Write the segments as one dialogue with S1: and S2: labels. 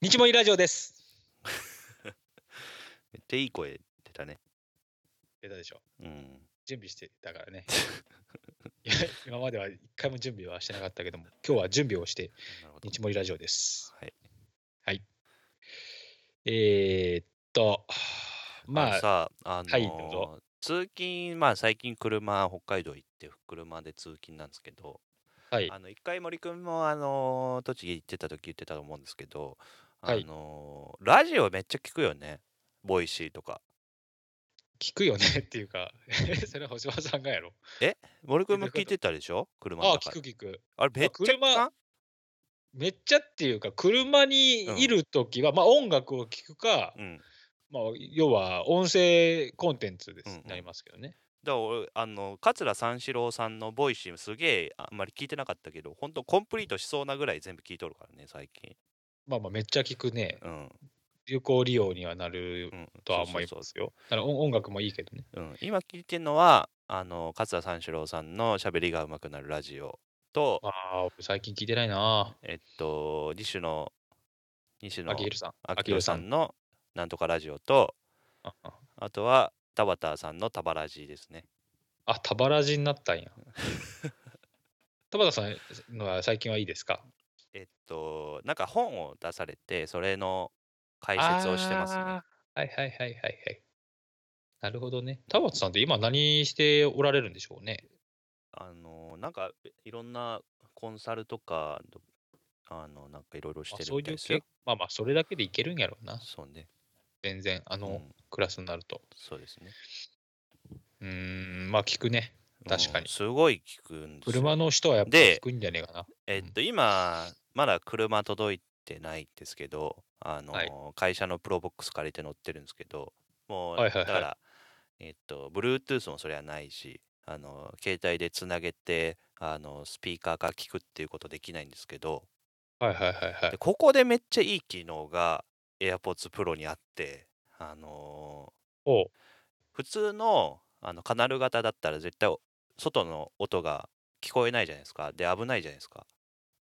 S1: 日森ラジオです。
S2: めっちゃいい声出たね。
S1: 出たでしょ。
S2: うん。
S1: 準備してたからね。いや今までは一回も準備はしてなかったけども、今日は準備をして、
S2: なるほど。
S1: 日森ラジオです。
S2: はい。
S1: えー、っと、ま
S2: の
S1: あ、
S2: さ、あのー
S1: はいどうぞ
S2: 通勤、まあ最近車、北海道行って、車で通勤なんですけど、
S1: はい
S2: あ。の一回森君も、あのー栃木行ってた時言ってたと思うんですけど、
S1: はい
S2: あのーラジオめっちゃ聞くよね。ボイシーとか。
S1: 聞くよね っていうか、それは星葉さんがやろ。
S2: 森君も
S1: どう
S2: 聞
S1: いうこと
S2: いてたでしょ車の
S1: ああ、
S2: 中
S1: 聞
S2: で
S1: く聞く。
S2: あれめっちゃ聞かん
S1: めっちゃっていうか、車にいるときは、まあ音楽を聞くか、
S2: うん。だか
S1: まあ要は音声コンテンツです、
S2: うんうん
S1: なりますけどね。
S2: ら俺あの桂三四郎さんのボイシーすげえあんまり聞いてなかったけど本当コンプリートしそうなぐらい全部聞いとるからね最近
S1: まあまあめっちゃ聞くね。
S2: うん
S1: 有効利用にはなる
S2: うん
S1: とは
S2: そ
S1: 思
S2: う
S1: い
S2: そう
S1: ま
S2: そ
S1: すよ。だから音音楽もいいけどね。
S2: ううん、今聞いてるのはあの桂三四郎さんのしゃべりがうまくなるラジオと
S1: ああ、俺最近聞いてないな。
S2: えっと二種の二種の
S1: あきひろさん。
S2: あき
S1: ひ
S2: ろ
S1: ろ
S2: さん。のなんとかラジオと
S1: ああ
S2: あとは田畑さんのタバラジですね
S1: あ、タバラジになったん や。田畑さんのは最近はいいですか
S2: えっとなんか本を出されてそれの解説をしてますね
S1: あーはいはいはいはいはい。なるほどね。田畑さんって今何しておられるんでしょうね。
S2: あのなんかえいろんなコンサルとかどあのなんかいろいろし
S1: まあ
S2: てる
S1: そう
S2: み
S1: い
S2: たいうですよ
S1: 系。まあまあ、それだけでいけるんやろうな。
S2: そうね、
S1: 全然、あ
S2: う
S1: の
S2: ん、
S1: クラスになると。
S2: そうですね
S1: うーん、まあ聞くね。確かに
S2: うんすごい聞くんですよ
S1: 車の人はやっぱ
S2: で
S1: 聞くんじゃねえかな。
S2: えっと、今、まだ車届いてないんですけど、あの
S1: はい
S2: 会社のプロボックス借りて乗ってるんですけど、もう、
S1: はいはいはい
S2: だから、えっと、Bluetooth もそれはないし、あの携帯でつなげて、あのスピーカーから聞くっていうことできないんですけど、
S1: はいはいはいはい
S2: で。ここでめっちゃいい機能が AirPods Pro にあって、あの
S1: おう
S2: 普通のあのカナル型だったら絶対お外の音が聞こえないじゃないですか。で、危ないじゃないですか。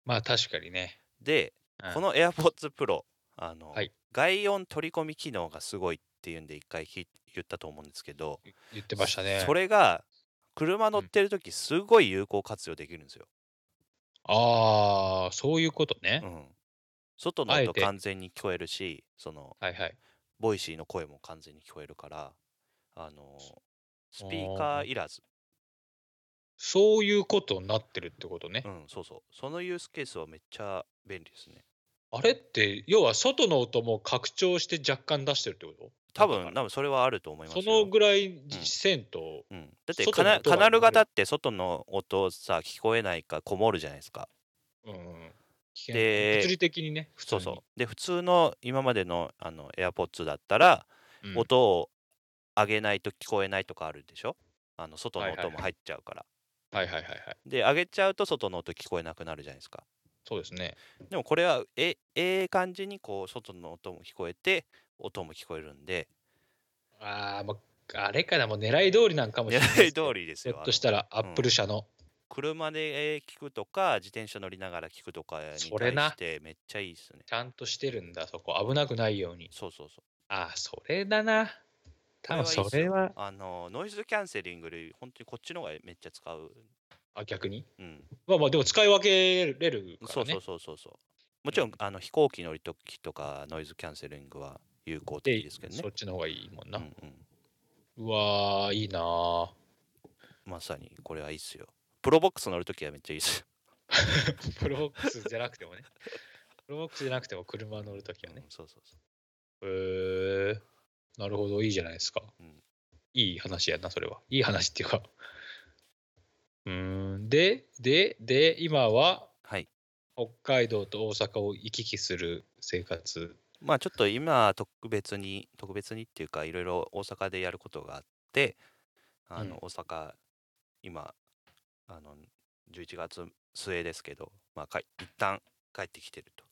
S1: まあ確かにね。
S2: で、
S1: うん
S2: この AirPods Pro あの、
S1: はい
S2: 外音取り込み機能がすごいっていうんで一回聞い言ったと思うんですけど、
S1: 言ってましたね。
S2: それが車乗ってる時すごい有効活用できるんですよ。
S1: ああ、そういうことね
S2: う。ん外の
S1: あえ
S2: 音
S1: て
S2: 完全に聞こえるしその
S1: はいはい。
S2: ボイシーの声も完全に聞こえるからあのスピーカーいらず、
S1: そういうことになってるってことね
S2: う。ん、そうそうそのユースケースはめっちゃ便利ですね。
S1: あれって、要は外の音も拡張して若干出してるってこと
S2: 多
S1: だ
S2: 分
S1: か
S2: 多分それはあると思い
S1: ら
S2: ますよ
S1: そのぐらいせんと、
S2: うん、だって
S1: 外
S2: カ
S1: の
S2: ナ
S1: 音が
S2: カナル
S1: 漏れる
S2: 型って外の音さ聞こえないかこもるじゃないですか。
S1: うん、危険
S2: で
S1: 物理的にね、普通
S2: そう
S1: に。
S2: そうで普通の今までのあの AirPods だったら、
S1: うん
S2: 音を上げないと聞こえないとかあるでしょあの外
S1: は
S2: の
S1: いはい
S2: 音も
S1: はい
S2: 入っちゃうから、
S1: はいはいはいはい。
S2: で上げちゃうと外の音聞こえなくなるじゃないですか
S1: そうですね。
S2: でもこれはえええ感じにこう外の音も聞こえて音も聞こえるんで
S1: ああ、まあ、あれかな、もう狙い通りなんかもしれない
S2: 狙
S1: で
S2: い
S1: すね。
S2: 通りです
S1: ひ
S2: よ
S1: ょっ
S2: あ
S1: と
S2: の
S1: したら、アップル社の。
S2: 車でえー聞くとか自転車乗りながら聞くとかに対
S1: それな
S2: してめっちゃいいですね
S1: ちゃんとしてるんだ、そこ。危なくないように。
S2: そうそうそう
S1: ああ、それだな。多分そ
S2: こいいっす
S1: れ
S2: よ
S1: は、
S2: あのノイズキャンセリングで本当にこっちの方がめっちゃ使う、
S1: あ逆に
S2: うん、
S1: まあまあ、でも使い分けれるからね。
S2: そうそうそうそうそうもちろん、あの飛行機乗りときとかノイズキャンセリングは有効
S1: で
S2: 的ですけどね
S1: そっちの方がいいもんな。
S2: う
S1: うん
S2: うん、
S1: わー、いいなー
S2: まさにこれはいいっすよプロボックス乗るときはめっちゃいいっす
S1: プロボックスじゃなくてもね。 プロボックスじゃなくても車乗るときは
S2: よ、うん
S1: ね。
S2: そうそうそ
S1: へー、なるほど、いいじゃないですか。
S2: うん
S1: いい話やな、それは。いい話っていうか。うーん、で、で、で、今は
S2: うはい
S1: 北海道と大阪を行き来する生活。
S2: まあちょっと今特別に特別にっていうかいろいろ大阪でやることがあってあの
S1: うん
S2: 大阪、今あの11月末ですけど、まあ、か一旦帰ってきてると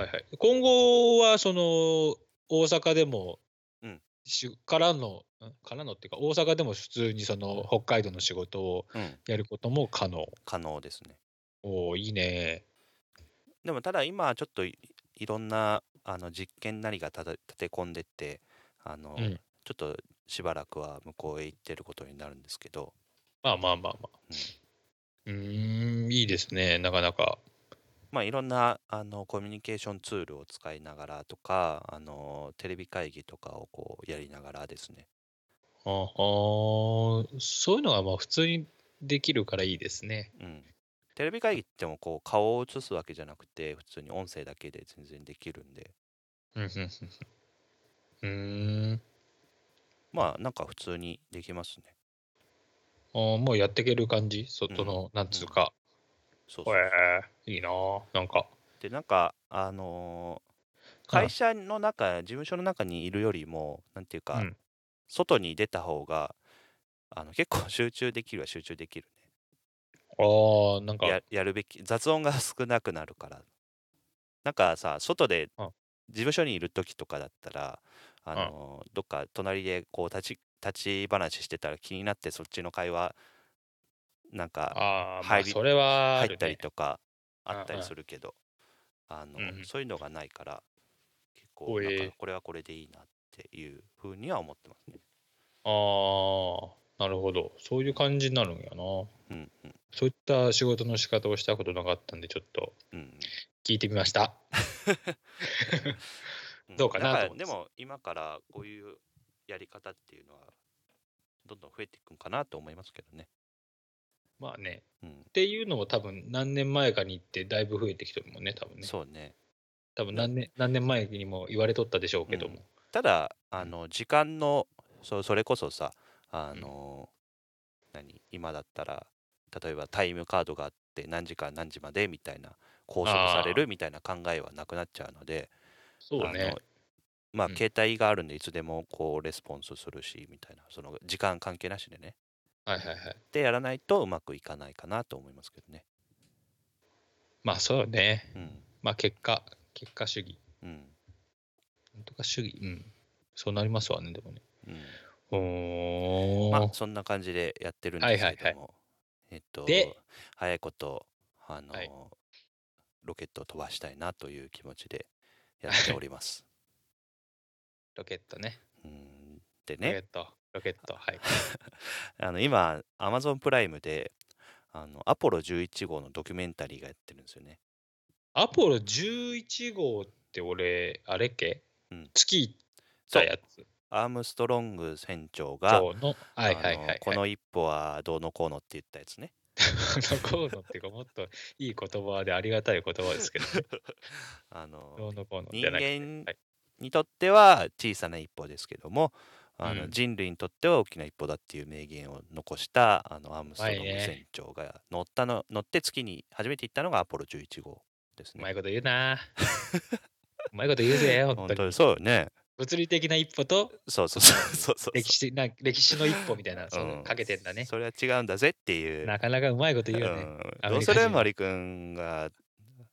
S1: はいはい、今後はその大阪でも、
S2: うん
S1: しからのんからのっていうか大阪でも普通にその北海道の仕事を
S2: うん
S1: やることも可能
S2: 可能ですね
S1: おーいいね
S2: でもただ今ちょっといいろんなあの実験なりがたた立て込んでってあの、
S1: うん
S2: ちょっとしばらくは向こうへ行ってることになるんですけど、
S1: まあまあまあまあ。うーん、いいですね、なかなか。
S2: まあ、いろんなあのコミュニケーションツールを使いながらとかあのテレビ会議とかをこうやりながらですね。
S1: ああー、そういうのがまあ普通にできるからいいですね。
S2: うんテレビ会議ってもこう顔を映すわけじゃなくて普通に音声だけで全然できるんで
S1: うんうんうんうんうーん
S2: まあなんか普通にできますね。
S1: あーもうやっていける感じ外の、なんつうか。
S2: そう
S1: へ
S2: そう
S1: えいいなぁなんか。
S2: でなんかあのー会社の中事務所の中にいるよりもなんていうか、
S1: うん
S2: 外に出た方があの結構集中できるは集中できる
S1: ああ、なんか
S2: ね。ややるべき雑音が少なくなるからなんかさ外で
S1: うん
S2: 事務所にいる時とかだったらあのーどっか隣でこう立ち立ち話してたら気になってそっちの会話なんか
S1: ああ、ま
S2: 入
S1: あ、
S2: り
S1: それはあ
S2: 入
S1: る
S2: ったり
S1: ね。
S2: とか
S1: うん
S2: あった
S1: う
S2: り
S1: ん
S2: するけど、あの
S1: うんうん
S2: そういうのがないから結構
S1: おえ
S2: なんかこれはこれでいいなっていうふうには思ってますね。
S1: ああ、なるほど。そういう感じになるんやな。
S2: うんうん
S1: そういった仕事の仕方をしたことなかったんで、ちょっと
S2: うんうん
S1: 聞いてみました。
S2: うん
S1: どうかなと
S2: ん
S1: 思い
S2: で
S1: ます
S2: も今からこういうやり方っていうのはどんどん増えていくんかなと思いますけどね。
S1: まあね。
S2: うん
S1: っ、ていうのも多分何年前かに行ってだいぶ増えてきてるもんね、多分ね。
S2: そうね
S1: 多分何年何年前にも言われとったでしょうけども。
S2: ただあの時間のそそれこそさあの、何今だったら例えばタイムカードがあって何時から何時までみたいな拘束されるみたいな考えはなくなっちゃうので
S1: そう
S2: あ
S1: ね
S2: の。まあ、
S1: うん
S2: 携帯があるんでいつでもこうレスポンスするしみたいなその時間関係なしでね
S1: はいはいはい。
S2: でやらないとうまくいかないかなと思いますけどね
S1: まあそうね。
S2: うん
S1: まあ結果、結果主義。
S2: うん
S1: なんとか主義。うん。そうなりますわね、でもね。
S2: うん
S1: おー
S2: まあそんな感じでやってるん
S1: はい
S2: です
S1: はいはい
S2: けどもえっと
S1: で
S2: 早いことあの
S1: はい
S2: ロケットを飛ばしたいなという気持ちでやっており ます
S1: ロケットね。
S2: うんで
S1: ロケ
S2: ね
S1: ット。ロケット。はい。
S2: あの今 Amazon プライムであのアポロ11号のドキュメンタリーがやってるんですよね
S1: アポロ11号って俺、あれっけ、
S2: うん
S1: 月行ったやつ
S2: アームストロング船長が
S1: そうの、はいはいはい、
S2: あ
S1: は
S2: の
S1: い。
S2: この一歩はどうのこうのって言ったやつね。
S1: このこうのっていうか、もっといい言葉でありがたい言葉ですけど、
S2: あの
S1: どうのこうのじ
S2: 人
S1: ゃなくて
S2: 間
S1: はい
S2: にとっては小さな一歩ですけども、あ
S1: う
S2: の
S1: ん
S2: 人類にとっては大きな一歩だっていう名言を残したあのアームストロング
S1: うまいね
S2: 船長が乗ったの乗って月に初めて行ったのがアポロ11号です
S1: う
S2: ね。
S1: まいこと言うな。うまいこと言うぜ、 本
S2: 本
S1: 当
S2: 当
S1: に
S2: に。そうよね。
S1: 物理的な一歩と
S2: そうそうそうそうそう。
S1: 歴史な歴史の一歩みたいな、そう
S2: うん
S1: かけてんだね。
S2: それは違うんだぜっていう。
S1: なかなかうまいこと言うよ
S2: う
S1: ね。
S2: ん
S1: アメリカ人
S2: どうするマリ君が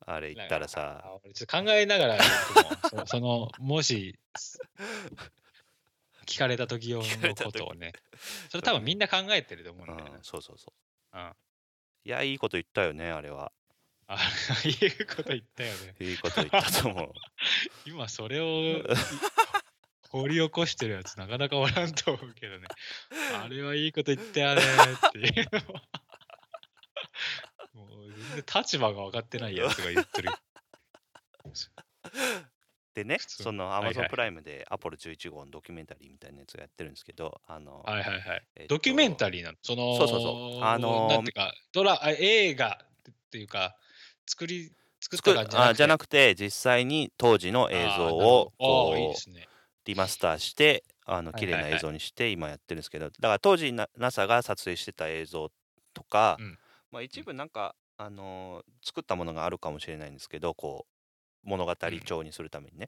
S2: あれ言ったらさ。
S1: あ俺ちょっと考えながら言っても、そその、もし、聞かれた時用の
S2: 聞かれた
S1: こ
S2: 時
S1: とをね。それ多分みんな考えてると思う
S2: うん
S1: だよ
S2: ん
S1: ね。
S2: そうそうそう。
S1: うん
S2: いや、いいこと言ったよね、あれは。
S1: あいうこと言ったよね。
S2: いいこと言ったと 思う。
S1: 今それをい掘り起こしてるやつなかなかおらんと思うけどね。あれはいいこと言ったよねっていうのは。もう全然立場が分かってないやつが言ってる。
S2: でね、
S1: 普通
S2: その
S1: いはい
S2: Amazon プライムでアポロ11号のドキュメンタリーみたいなやつがやってるんですけど、あの、
S1: はいはいはい。
S2: えっと
S1: ドキュメンタリーなのその、
S2: そうそうそうあのー
S1: なんていうか、ドラ、あ映画っていうか、作り、作っ
S2: 作
S1: た
S2: る
S1: 感じ
S2: あじゃな
S1: くて
S2: くて、実際に当時の映
S1: あー
S2: 像を
S1: なるほどあーいい
S2: こ
S1: で
S2: う
S1: すね。
S2: リマスターして、あの
S1: はい
S2: 綺麗
S1: は
S2: ない
S1: はい
S2: 映像にして今やってるんですけど、だから当時な NASA が撮影してた映像とか、
S1: うん
S2: まあ、一部なんか、あのー作ったものがあるかもしれないんですけど、こう物語調にするためにね。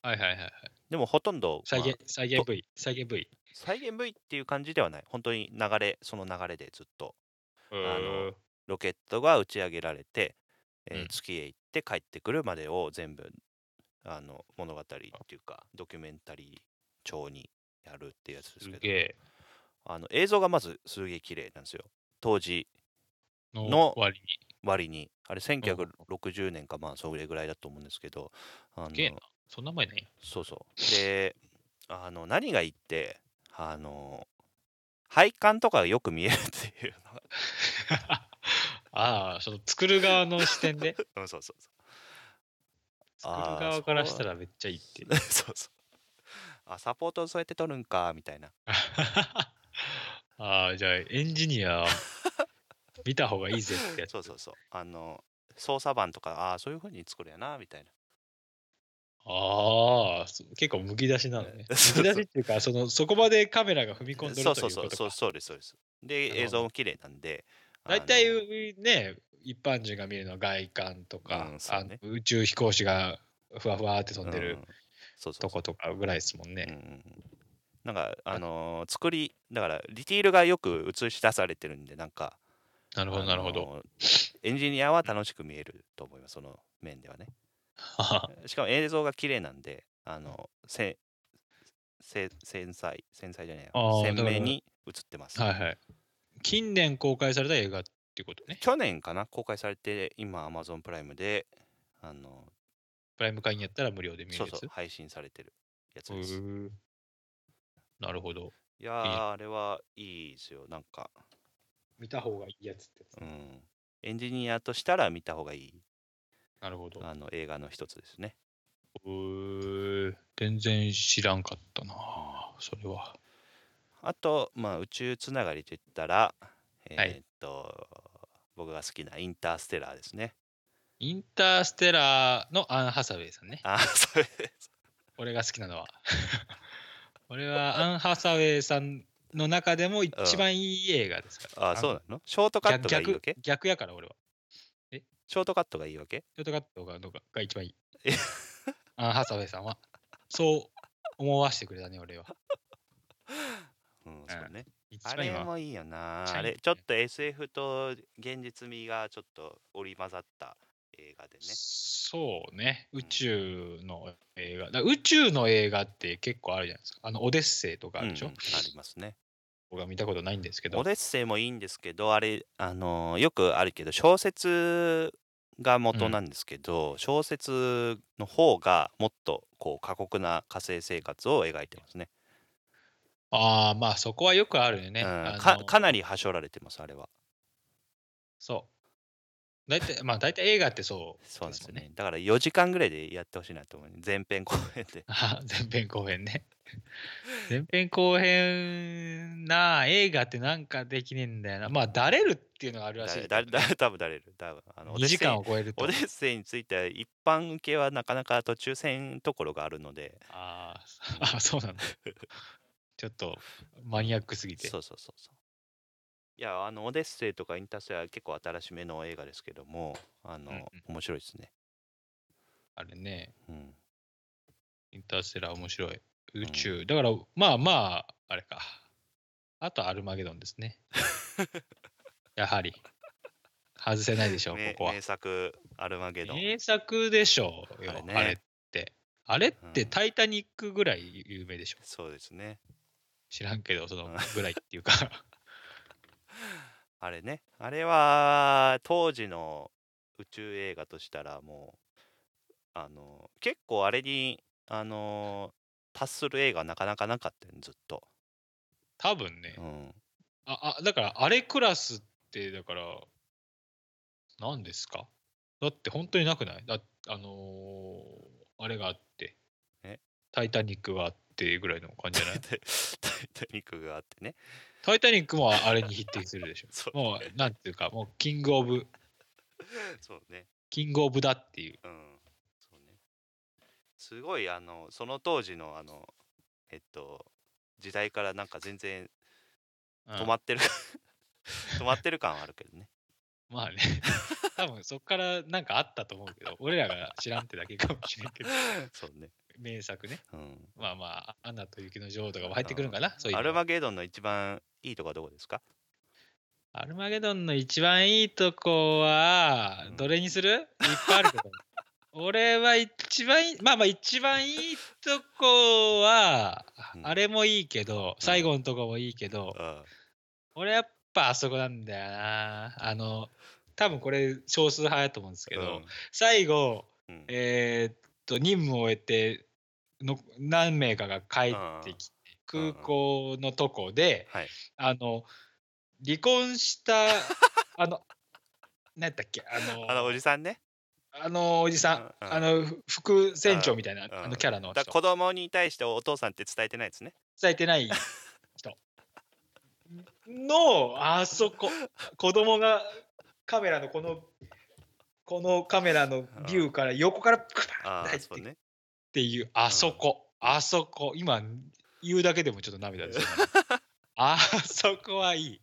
S1: はいはいはいはい。
S2: でもほとんど、
S1: 再
S2: まあ
S1: 現、再現 V、再現 V。
S2: 再現部位っていう感じではない本当に流れその流れでずっと
S1: あ
S2: のロケットが打ち上げられて、えー
S1: うん
S2: 月へ行って帰ってくるまでを全部あの物語っていうかドキュメンタリー調にやるっていうやつです
S1: すげ
S2: けど
S1: え。
S2: あの映像がまずすげえ綺麗なんですよ当時
S1: の
S2: の
S1: 割に。
S2: 割にあれ1960年かまあそれぐらいだと思うんですけどあ
S1: げえ
S2: の
S1: な。そんな前ない
S2: そうそうであの何がいいってあの配管とかがよく見えるっていうの
S1: ああ、その作る側の視点で。
S2: がうんそうそうそ
S1: 作る
S2: あー
S1: 側からしたらめっちゃいいっていう。
S2: う そうそうあサポートそうやって取るんかみたいな
S1: ああ、じゃあエンジニア見た方がいいぜってやつ。
S2: そうそうそうあの操作盤とかああそういう風に作るやなみたいな
S1: ああ、そう結構むき出しなのね。む
S2: そうそう
S1: き出しっていうか、そのそこまでカメラが踏み込んでる
S2: そう
S1: と
S2: そ
S1: いううこ
S2: そ
S1: と
S2: うそう
S1: か。
S2: そうですそうです
S1: な
S2: で
S1: るほど
S2: 映像も綺麗なんで
S1: 大体
S2: あの
S1: ね、一般人が見るのは外観とか、
S2: うんそうね
S1: あの宇宙飛行士がふわふわって飛んで
S2: う
S1: る
S2: んそうそうそう
S1: とことかぐらいですもんね。
S2: うんうんうんなんかあのー作りだからディティールがよく映し出されてるんでなんか
S1: なるほど、なるほ
S2: あ
S1: ど。
S2: のーエンジニアは楽しく見えると思いますその面ではねしかも映像が綺麗なんであのせせ繊細繊細じゃない
S1: あー
S2: 鮮
S1: だから
S2: 明に映ってます、
S1: はいはい。近年公開された映画っていうことね。
S2: 去年かな公開されて今 Amazon プライムであの
S1: プライム会員やったら無料で見れ
S2: そ
S1: る
S2: う
S1: やつ。
S2: そう配信されてるやつ
S1: う
S2: です
S1: ーなるほど。
S2: いやーあれはいいですよなんか、
S1: 見た方がいいやつってやつ
S2: うん、エンジニアとしたら見た方がいい
S1: なるほど。
S2: あの映画の一つですね
S1: うー全然知らんかったなそれは。
S2: あとまあ宇宙つながりといったらえ
S1: い
S2: ーっと、僕が好きなインターステラーですね
S1: インターステラーのアン・ハサウェイさんね。
S2: あそれ
S1: 俺が好きなのは。 俺はアン・ハサウェイさんの中でも一番いい映画ですから。
S2: あそう
S1: だ
S2: なのショートカットがいいわ
S1: 逆
S2: け
S1: 逆やから俺は。
S2: ショートカットがいいわけ
S1: ショートカットがどうかが一番い い。アン・ハサウェイさんは。そう思わせてくれたね、俺は。
S2: うんそうね
S1: 一番
S2: あれ
S1: 今。
S2: もいいよな
S1: 一
S2: あ
S1: 番いい
S2: れちょっと SF と現実味がちょっと織り交ざった映画でね
S1: そうね、宇宙の映画。だから宇宙の映画って結構あるじゃないですか。あの、オデッセイとかあるでしょ。
S2: うんうんありますね
S1: 僕は見たことないんですけど
S2: オ。デッセイもいいんですけどあれあのーよくあるけど小説が元なんですけど、小説の方がもっとこう過酷な火星生活を描いてますね
S1: ああ、まあそこはよくあるよね。
S2: うん
S1: あの
S2: かかなりはしょられてますあれは
S1: そう。大体、まあ大体映画ってそう。
S2: そうなんですよね
S1: よね。
S2: だから4時間ぐらいでやってほしいなと思う前編後編で
S1: あ前編後編ね。 前編後編なあ映画ってなんかできねえんだよな。まあ、だれるっていうのがあるらしいけど。
S2: だだだ多分だれる多分あの
S1: 2時間
S2: オ
S1: を超えると
S2: デッ。セイについては一般受けはなかなか途中戦ところがあるので
S1: あ ーあ、そう なんだ。ちょっとマニアックすぎて。
S2: そうそうそうそういやあのオデッセイとかインターステラーは結構新しめの映画ですけどもあの、
S1: うんうん
S2: 面白いですね、
S1: あれね、
S2: うん、
S1: インターステラー面白い。宇宙。だから、まあまあ、あれか。あとアルマゲドンです ね。やはり。外せないでしょう、
S2: 名
S1: ここは
S2: 名。作アルマゲドン、
S1: 名作でしょうよ、
S2: あ
S1: あ
S2: れ
S1: れ,、
S2: ね
S1: って。あれっ
S2: う
S1: て「
S2: ん
S1: タイタニック」ぐらい有名でしょ。
S2: そうですね
S1: 知らんけど、その
S2: うん
S1: ぐらいっていう か。
S2: あれねあれは当時の宇宙映画としたらもうあの結構あれにあの達する映画はなかなかなかったよねずっと、
S1: 多分ね
S2: う。ん、
S1: ああだから、あれクラスって、だから、何ですかだって本当になくないだあのーあれがあって
S2: え、
S1: タイタニックがあってぐらいの感じじゃない
S2: タイタニックがあってね
S1: タイタニックもあれに匹敵するでしょ。
S2: そう
S1: もう、なんていうか、もう、キングオブ、
S2: そうね
S1: キングオブだっていう。
S2: うんそうねすごいあのその当時のあのえっと時代からなんか全然
S1: うん
S2: 止まってる、 止まってる感はあるけどね
S1: まあね、 多分そこからなんかあったと思うけど、俺らが知らんってだけかもしれんけど、
S2: そうね
S1: 名作ね。
S2: うん
S1: まあまあ、アナと雪の女王とかも入ってくるんかな、そういう
S2: ア
S1: の
S2: ルマゲドンの一番いいとこはどこですか
S1: アルマゲドンの一番いいとこは
S2: うん、
S1: どれにするいっぱいあるけ ど。俺は一番いい、まあまあ一番いいとこは
S2: う、ん
S1: あれもいいけど、最後のとこもいいけど、
S2: あ
S1: 俺やっぱあそこなんだよな。あの、多分これ少数派やと思うんですけど、最後、
S2: うん
S1: えーっと任務を終えての何名かが帰ってきて
S2: うん
S1: 空港のとこで、
S2: はい
S1: あの離婚したあの何やったっけあの
S2: あのおじさんね
S1: あのおじさん、
S2: うんうん
S1: あのふ副船長みたいな、
S2: ん
S1: あのキャラの
S2: だ
S1: 人
S2: 子供に対してお父さんって伝えてないですね
S1: 伝えてない人のあそこ子供がカメラのこのこのカメラのビューから横からクパーンっ
S2: あ
S1: て
S2: あ
S1: 入って
S2: そうね
S1: っていうあそこ、あそこ今言うだけでもちょっと涙 です、ね、あそこはいい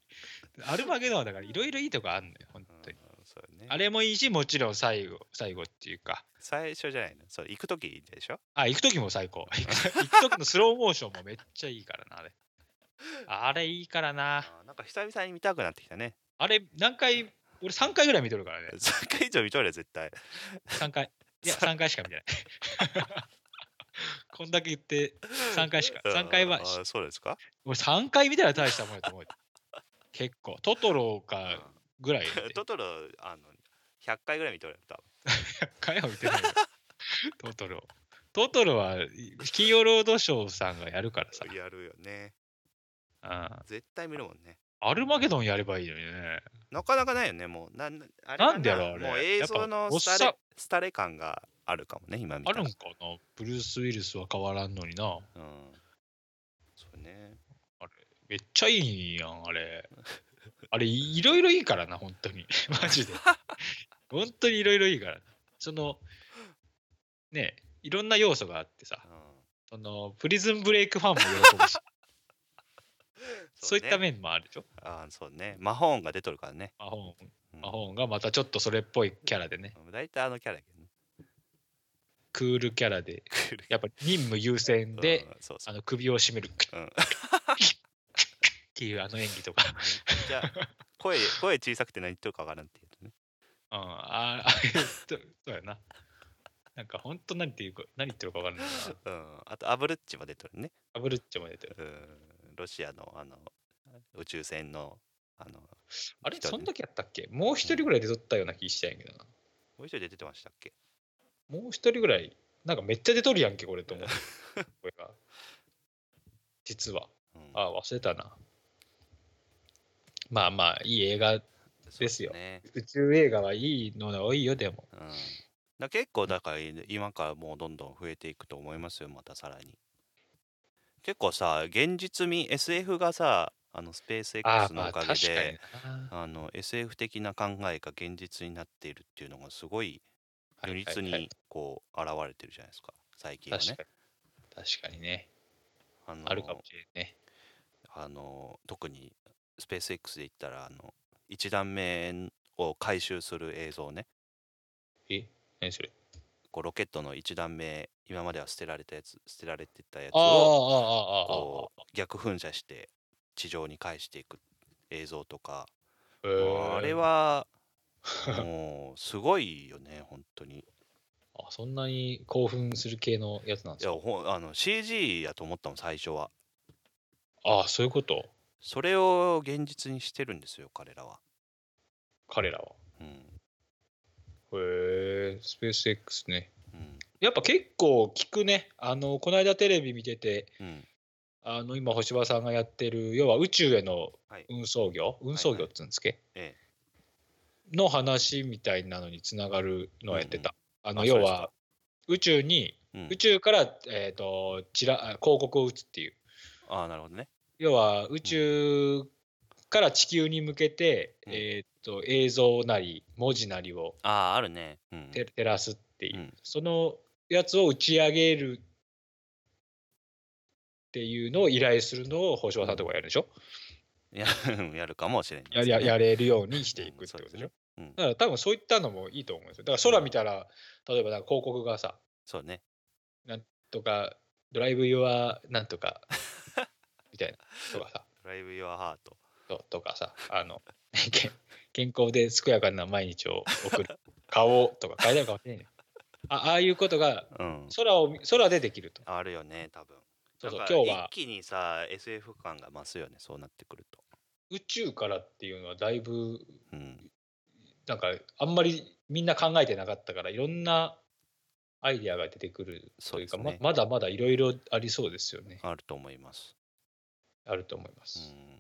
S1: アルマゲドンはだからいろいろいいとこあんのよ本
S2: うん
S1: 当に
S2: そうね
S1: あれもいいしもちろん最後最後っていうか
S2: 最初じゃないのそう行く時でしょ
S1: あ行く時も最 高行く行く時のスローモーションもめっちゃいいからなあれあれいいからな
S2: あーなんか久々に見たくなってき たね
S1: あれ何回俺3回ぐらい見とるからね
S2: 3回以上見とるよ絶対
S1: 3回いや3回しか見てない こんだけ言って3回しか3回は
S2: あーそうですか
S1: 俺3回見たら大したもんやと思うよ結構トトロかぐらいやで
S2: トトロあの100回ぐらい見とるよ多分
S1: 100回は見てないよトトロトトロは金曜ロードショーさんがやるから さ、
S2: やるよね
S1: うん
S2: 絶対見るもんね
S1: アルマゲドンやればいいのにね
S2: なかなかないよねもうなんあれか
S1: なんでやろうあれ
S2: もう映像
S1: やっ
S2: の
S1: ぱおっさん
S2: スタレスタレ感があるかもね今見
S1: あ
S2: たら
S1: るんかなブルース・ウィルスは変わらんのにな
S2: うんそうね
S1: めっちゃいいやんあ れあれいいろいろいいからな本当に マジで本当にいろいろいいからそのねいろんな要素があってさ
S2: うん
S1: そのプリズンブレイクファンも喜ぶしそういった
S2: ね
S1: 面もあるでしょ。
S2: あーそうね魔法音が出とるからね
S1: マホーン。
S2: うん
S1: マホーンがまたちょっとそれっぽいキャラでね。
S2: うん大体あのキャラやけどね
S1: クールキャラで。やっぱ任務優先で、
S2: うんそうそ
S1: あ
S2: う
S1: の首を絞める。
S2: うん
S1: っていうあの演技とか。うん
S2: じゃあ声声小さくて何言ってるかわからんってい うね
S1: ああ、そうそうやな。なんか本当何て言うか、何言ってるか分からないけどな。
S2: うんあとアブルッチも出とるね
S1: アブルッチョも出てる。
S2: うんロシアのあの宇宙船のあのも
S1: あれ、
S2: 一
S1: そ
S2: 人ね
S1: ん時やったっけもう一人ぐらい出とったような気したんやけどな。
S2: う一人で出てましたっけ
S1: もう一人ぐらい、なんかめっちゃ出とるやんけ、これと思って。これが。実は。
S2: うん
S1: ああ、忘れたな。まあまあ、いい映画
S2: そう
S1: ですよ
S2: ね
S1: 宇宙映画はいいのが多いよでも
S2: うんだ結構だから今からもうどんどん増えていくと思いますよまたさらに結構さ現実味 SF がさあのスペース X のおかげで
S1: な
S2: あの SF 的な考えが現実になっているっていうのがすごい如
S1: はい
S2: 実
S1: はいはい
S2: にこう現れてるじゃないですか最近は
S1: 確
S2: ね
S1: かに確かにね
S2: あの
S1: あるかもしれないね
S2: あの特にスペース X で言ったらあの1段目を回収する映像ね
S1: え何それ
S2: こうロケットの1段目今までは捨てられたやつ捨てられてたやつ
S1: あああ
S2: を
S1: ああああ
S2: こう逆噴射して地上に返していく映像とか
S1: えー
S2: あれはもうすごいよね本当に
S1: あそんなに興奮する系のやつなんで
S2: い
S1: す
S2: や
S1: か
S2: ほんあの CG やと思ったの最初は
S1: ああそういうこと
S2: それを現実にしてるんですよ彼らは、
S1: 彼らは
S2: うん
S1: へえスペース X ね
S2: うん
S1: やっぱ結構聞くねあのこの間テレビ見てて
S2: うん、
S1: あの今星葉さんがやってる要は宇宙への
S2: はい
S1: 運送業、運送業っつうんですけ、
S2: え
S1: の話みたいなのにつながるのをやってた、あの
S2: あ
S1: 要
S2: そうです
S1: は
S2: か
S1: 宇宙に
S2: え、うん
S1: 宇、宙から、えー、とちらあ広告を打つっていう
S2: ああなるほどね
S1: 要は宇宙から地球に向けて、
S2: うん
S1: えー、と映像なり文字なりを
S2: あああるね、うん、
S1: て照らすっていう、
S2: うん
S1: そのやつを打ち上げるっていうのを依頼するのを星葉さんとかやるでしょ、
S2: ややるかもしれない
S1: や
S2: ですね、
S1: ややれるようにしていくってことでしょ、
S2: うんそうですねうん
S1: だから多分そういったのもいいと思うんですよだから空見たら例えばなんか広告がさ
S2: そうね
S1: とか、ドライブ・ユア・なんとかみたいなとかさ、
S2: 「ライブ・ユア・ハート
S1: ととかさ、あの、け健康で健やかな毎日を送る、顔をとか書いてあるかもしれないあああいうことが」
S2: うん
S1: 空を見空でできると。
S2: あるよね多分
S1: そうそう
S2: だから
S1: 今日は
S2: 一気にさ SF 感が増すよねそうなってくると、
S1: 宇宙からっていうのはだいぶ
S2: うん、
S1: なんかあんまりみんな考えてなかったからいろんなアイデアが出てくるというか
S2: そうですね
S1: ままだまだいろいろありそうですよね
S2: あると思います。
S1: あると思いま
S2: う
S1: す、
S2: ん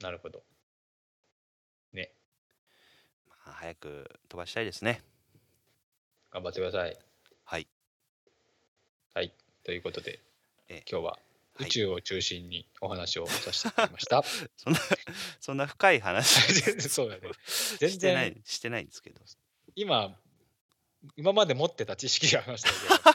S1: なるほど
S2: まあ、早く飛ばしたいですね。
S1: 頑張ってください
S2: はい
S1: はいということで
S2: ええ
S1: 今日は
S2: はい
S1: 宇宙を中心にお話をさせていただきました、
S2: そんなそんな深い話
S1: そうだね全然
S2: してないしてないんですけど。
S1: 今今まで持ってた知識で 話したわ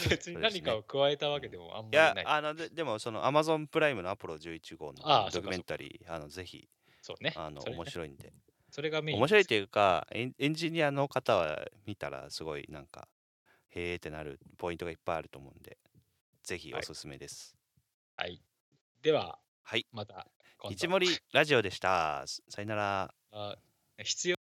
S1: けで別に何かを加えたわけでもあんま
S2: い
S1: り
S2: や
S1: ない
S2: あのででもそのアマゾンプライムのアポロ11号
S1: あ
S2: の
S1: あそ
S2: ド
S1: うか
S2: キュメンタリーあのぜひ
S1: そうね
S2: あの
S1: それね
S2: 面白いんで
S1: それがメイン
S2: 面白いというかエンエンジニアの方は見たらすごいなんかへーってなるポイントがいっぱいあると思うんでぜひ
S1: はい
S2: おすすめです。
S1: はいでは
S2: はい、
S1: また今
S2: いち
S1: 度
S2: もりラジオでした。さよなら。
S1: あ必要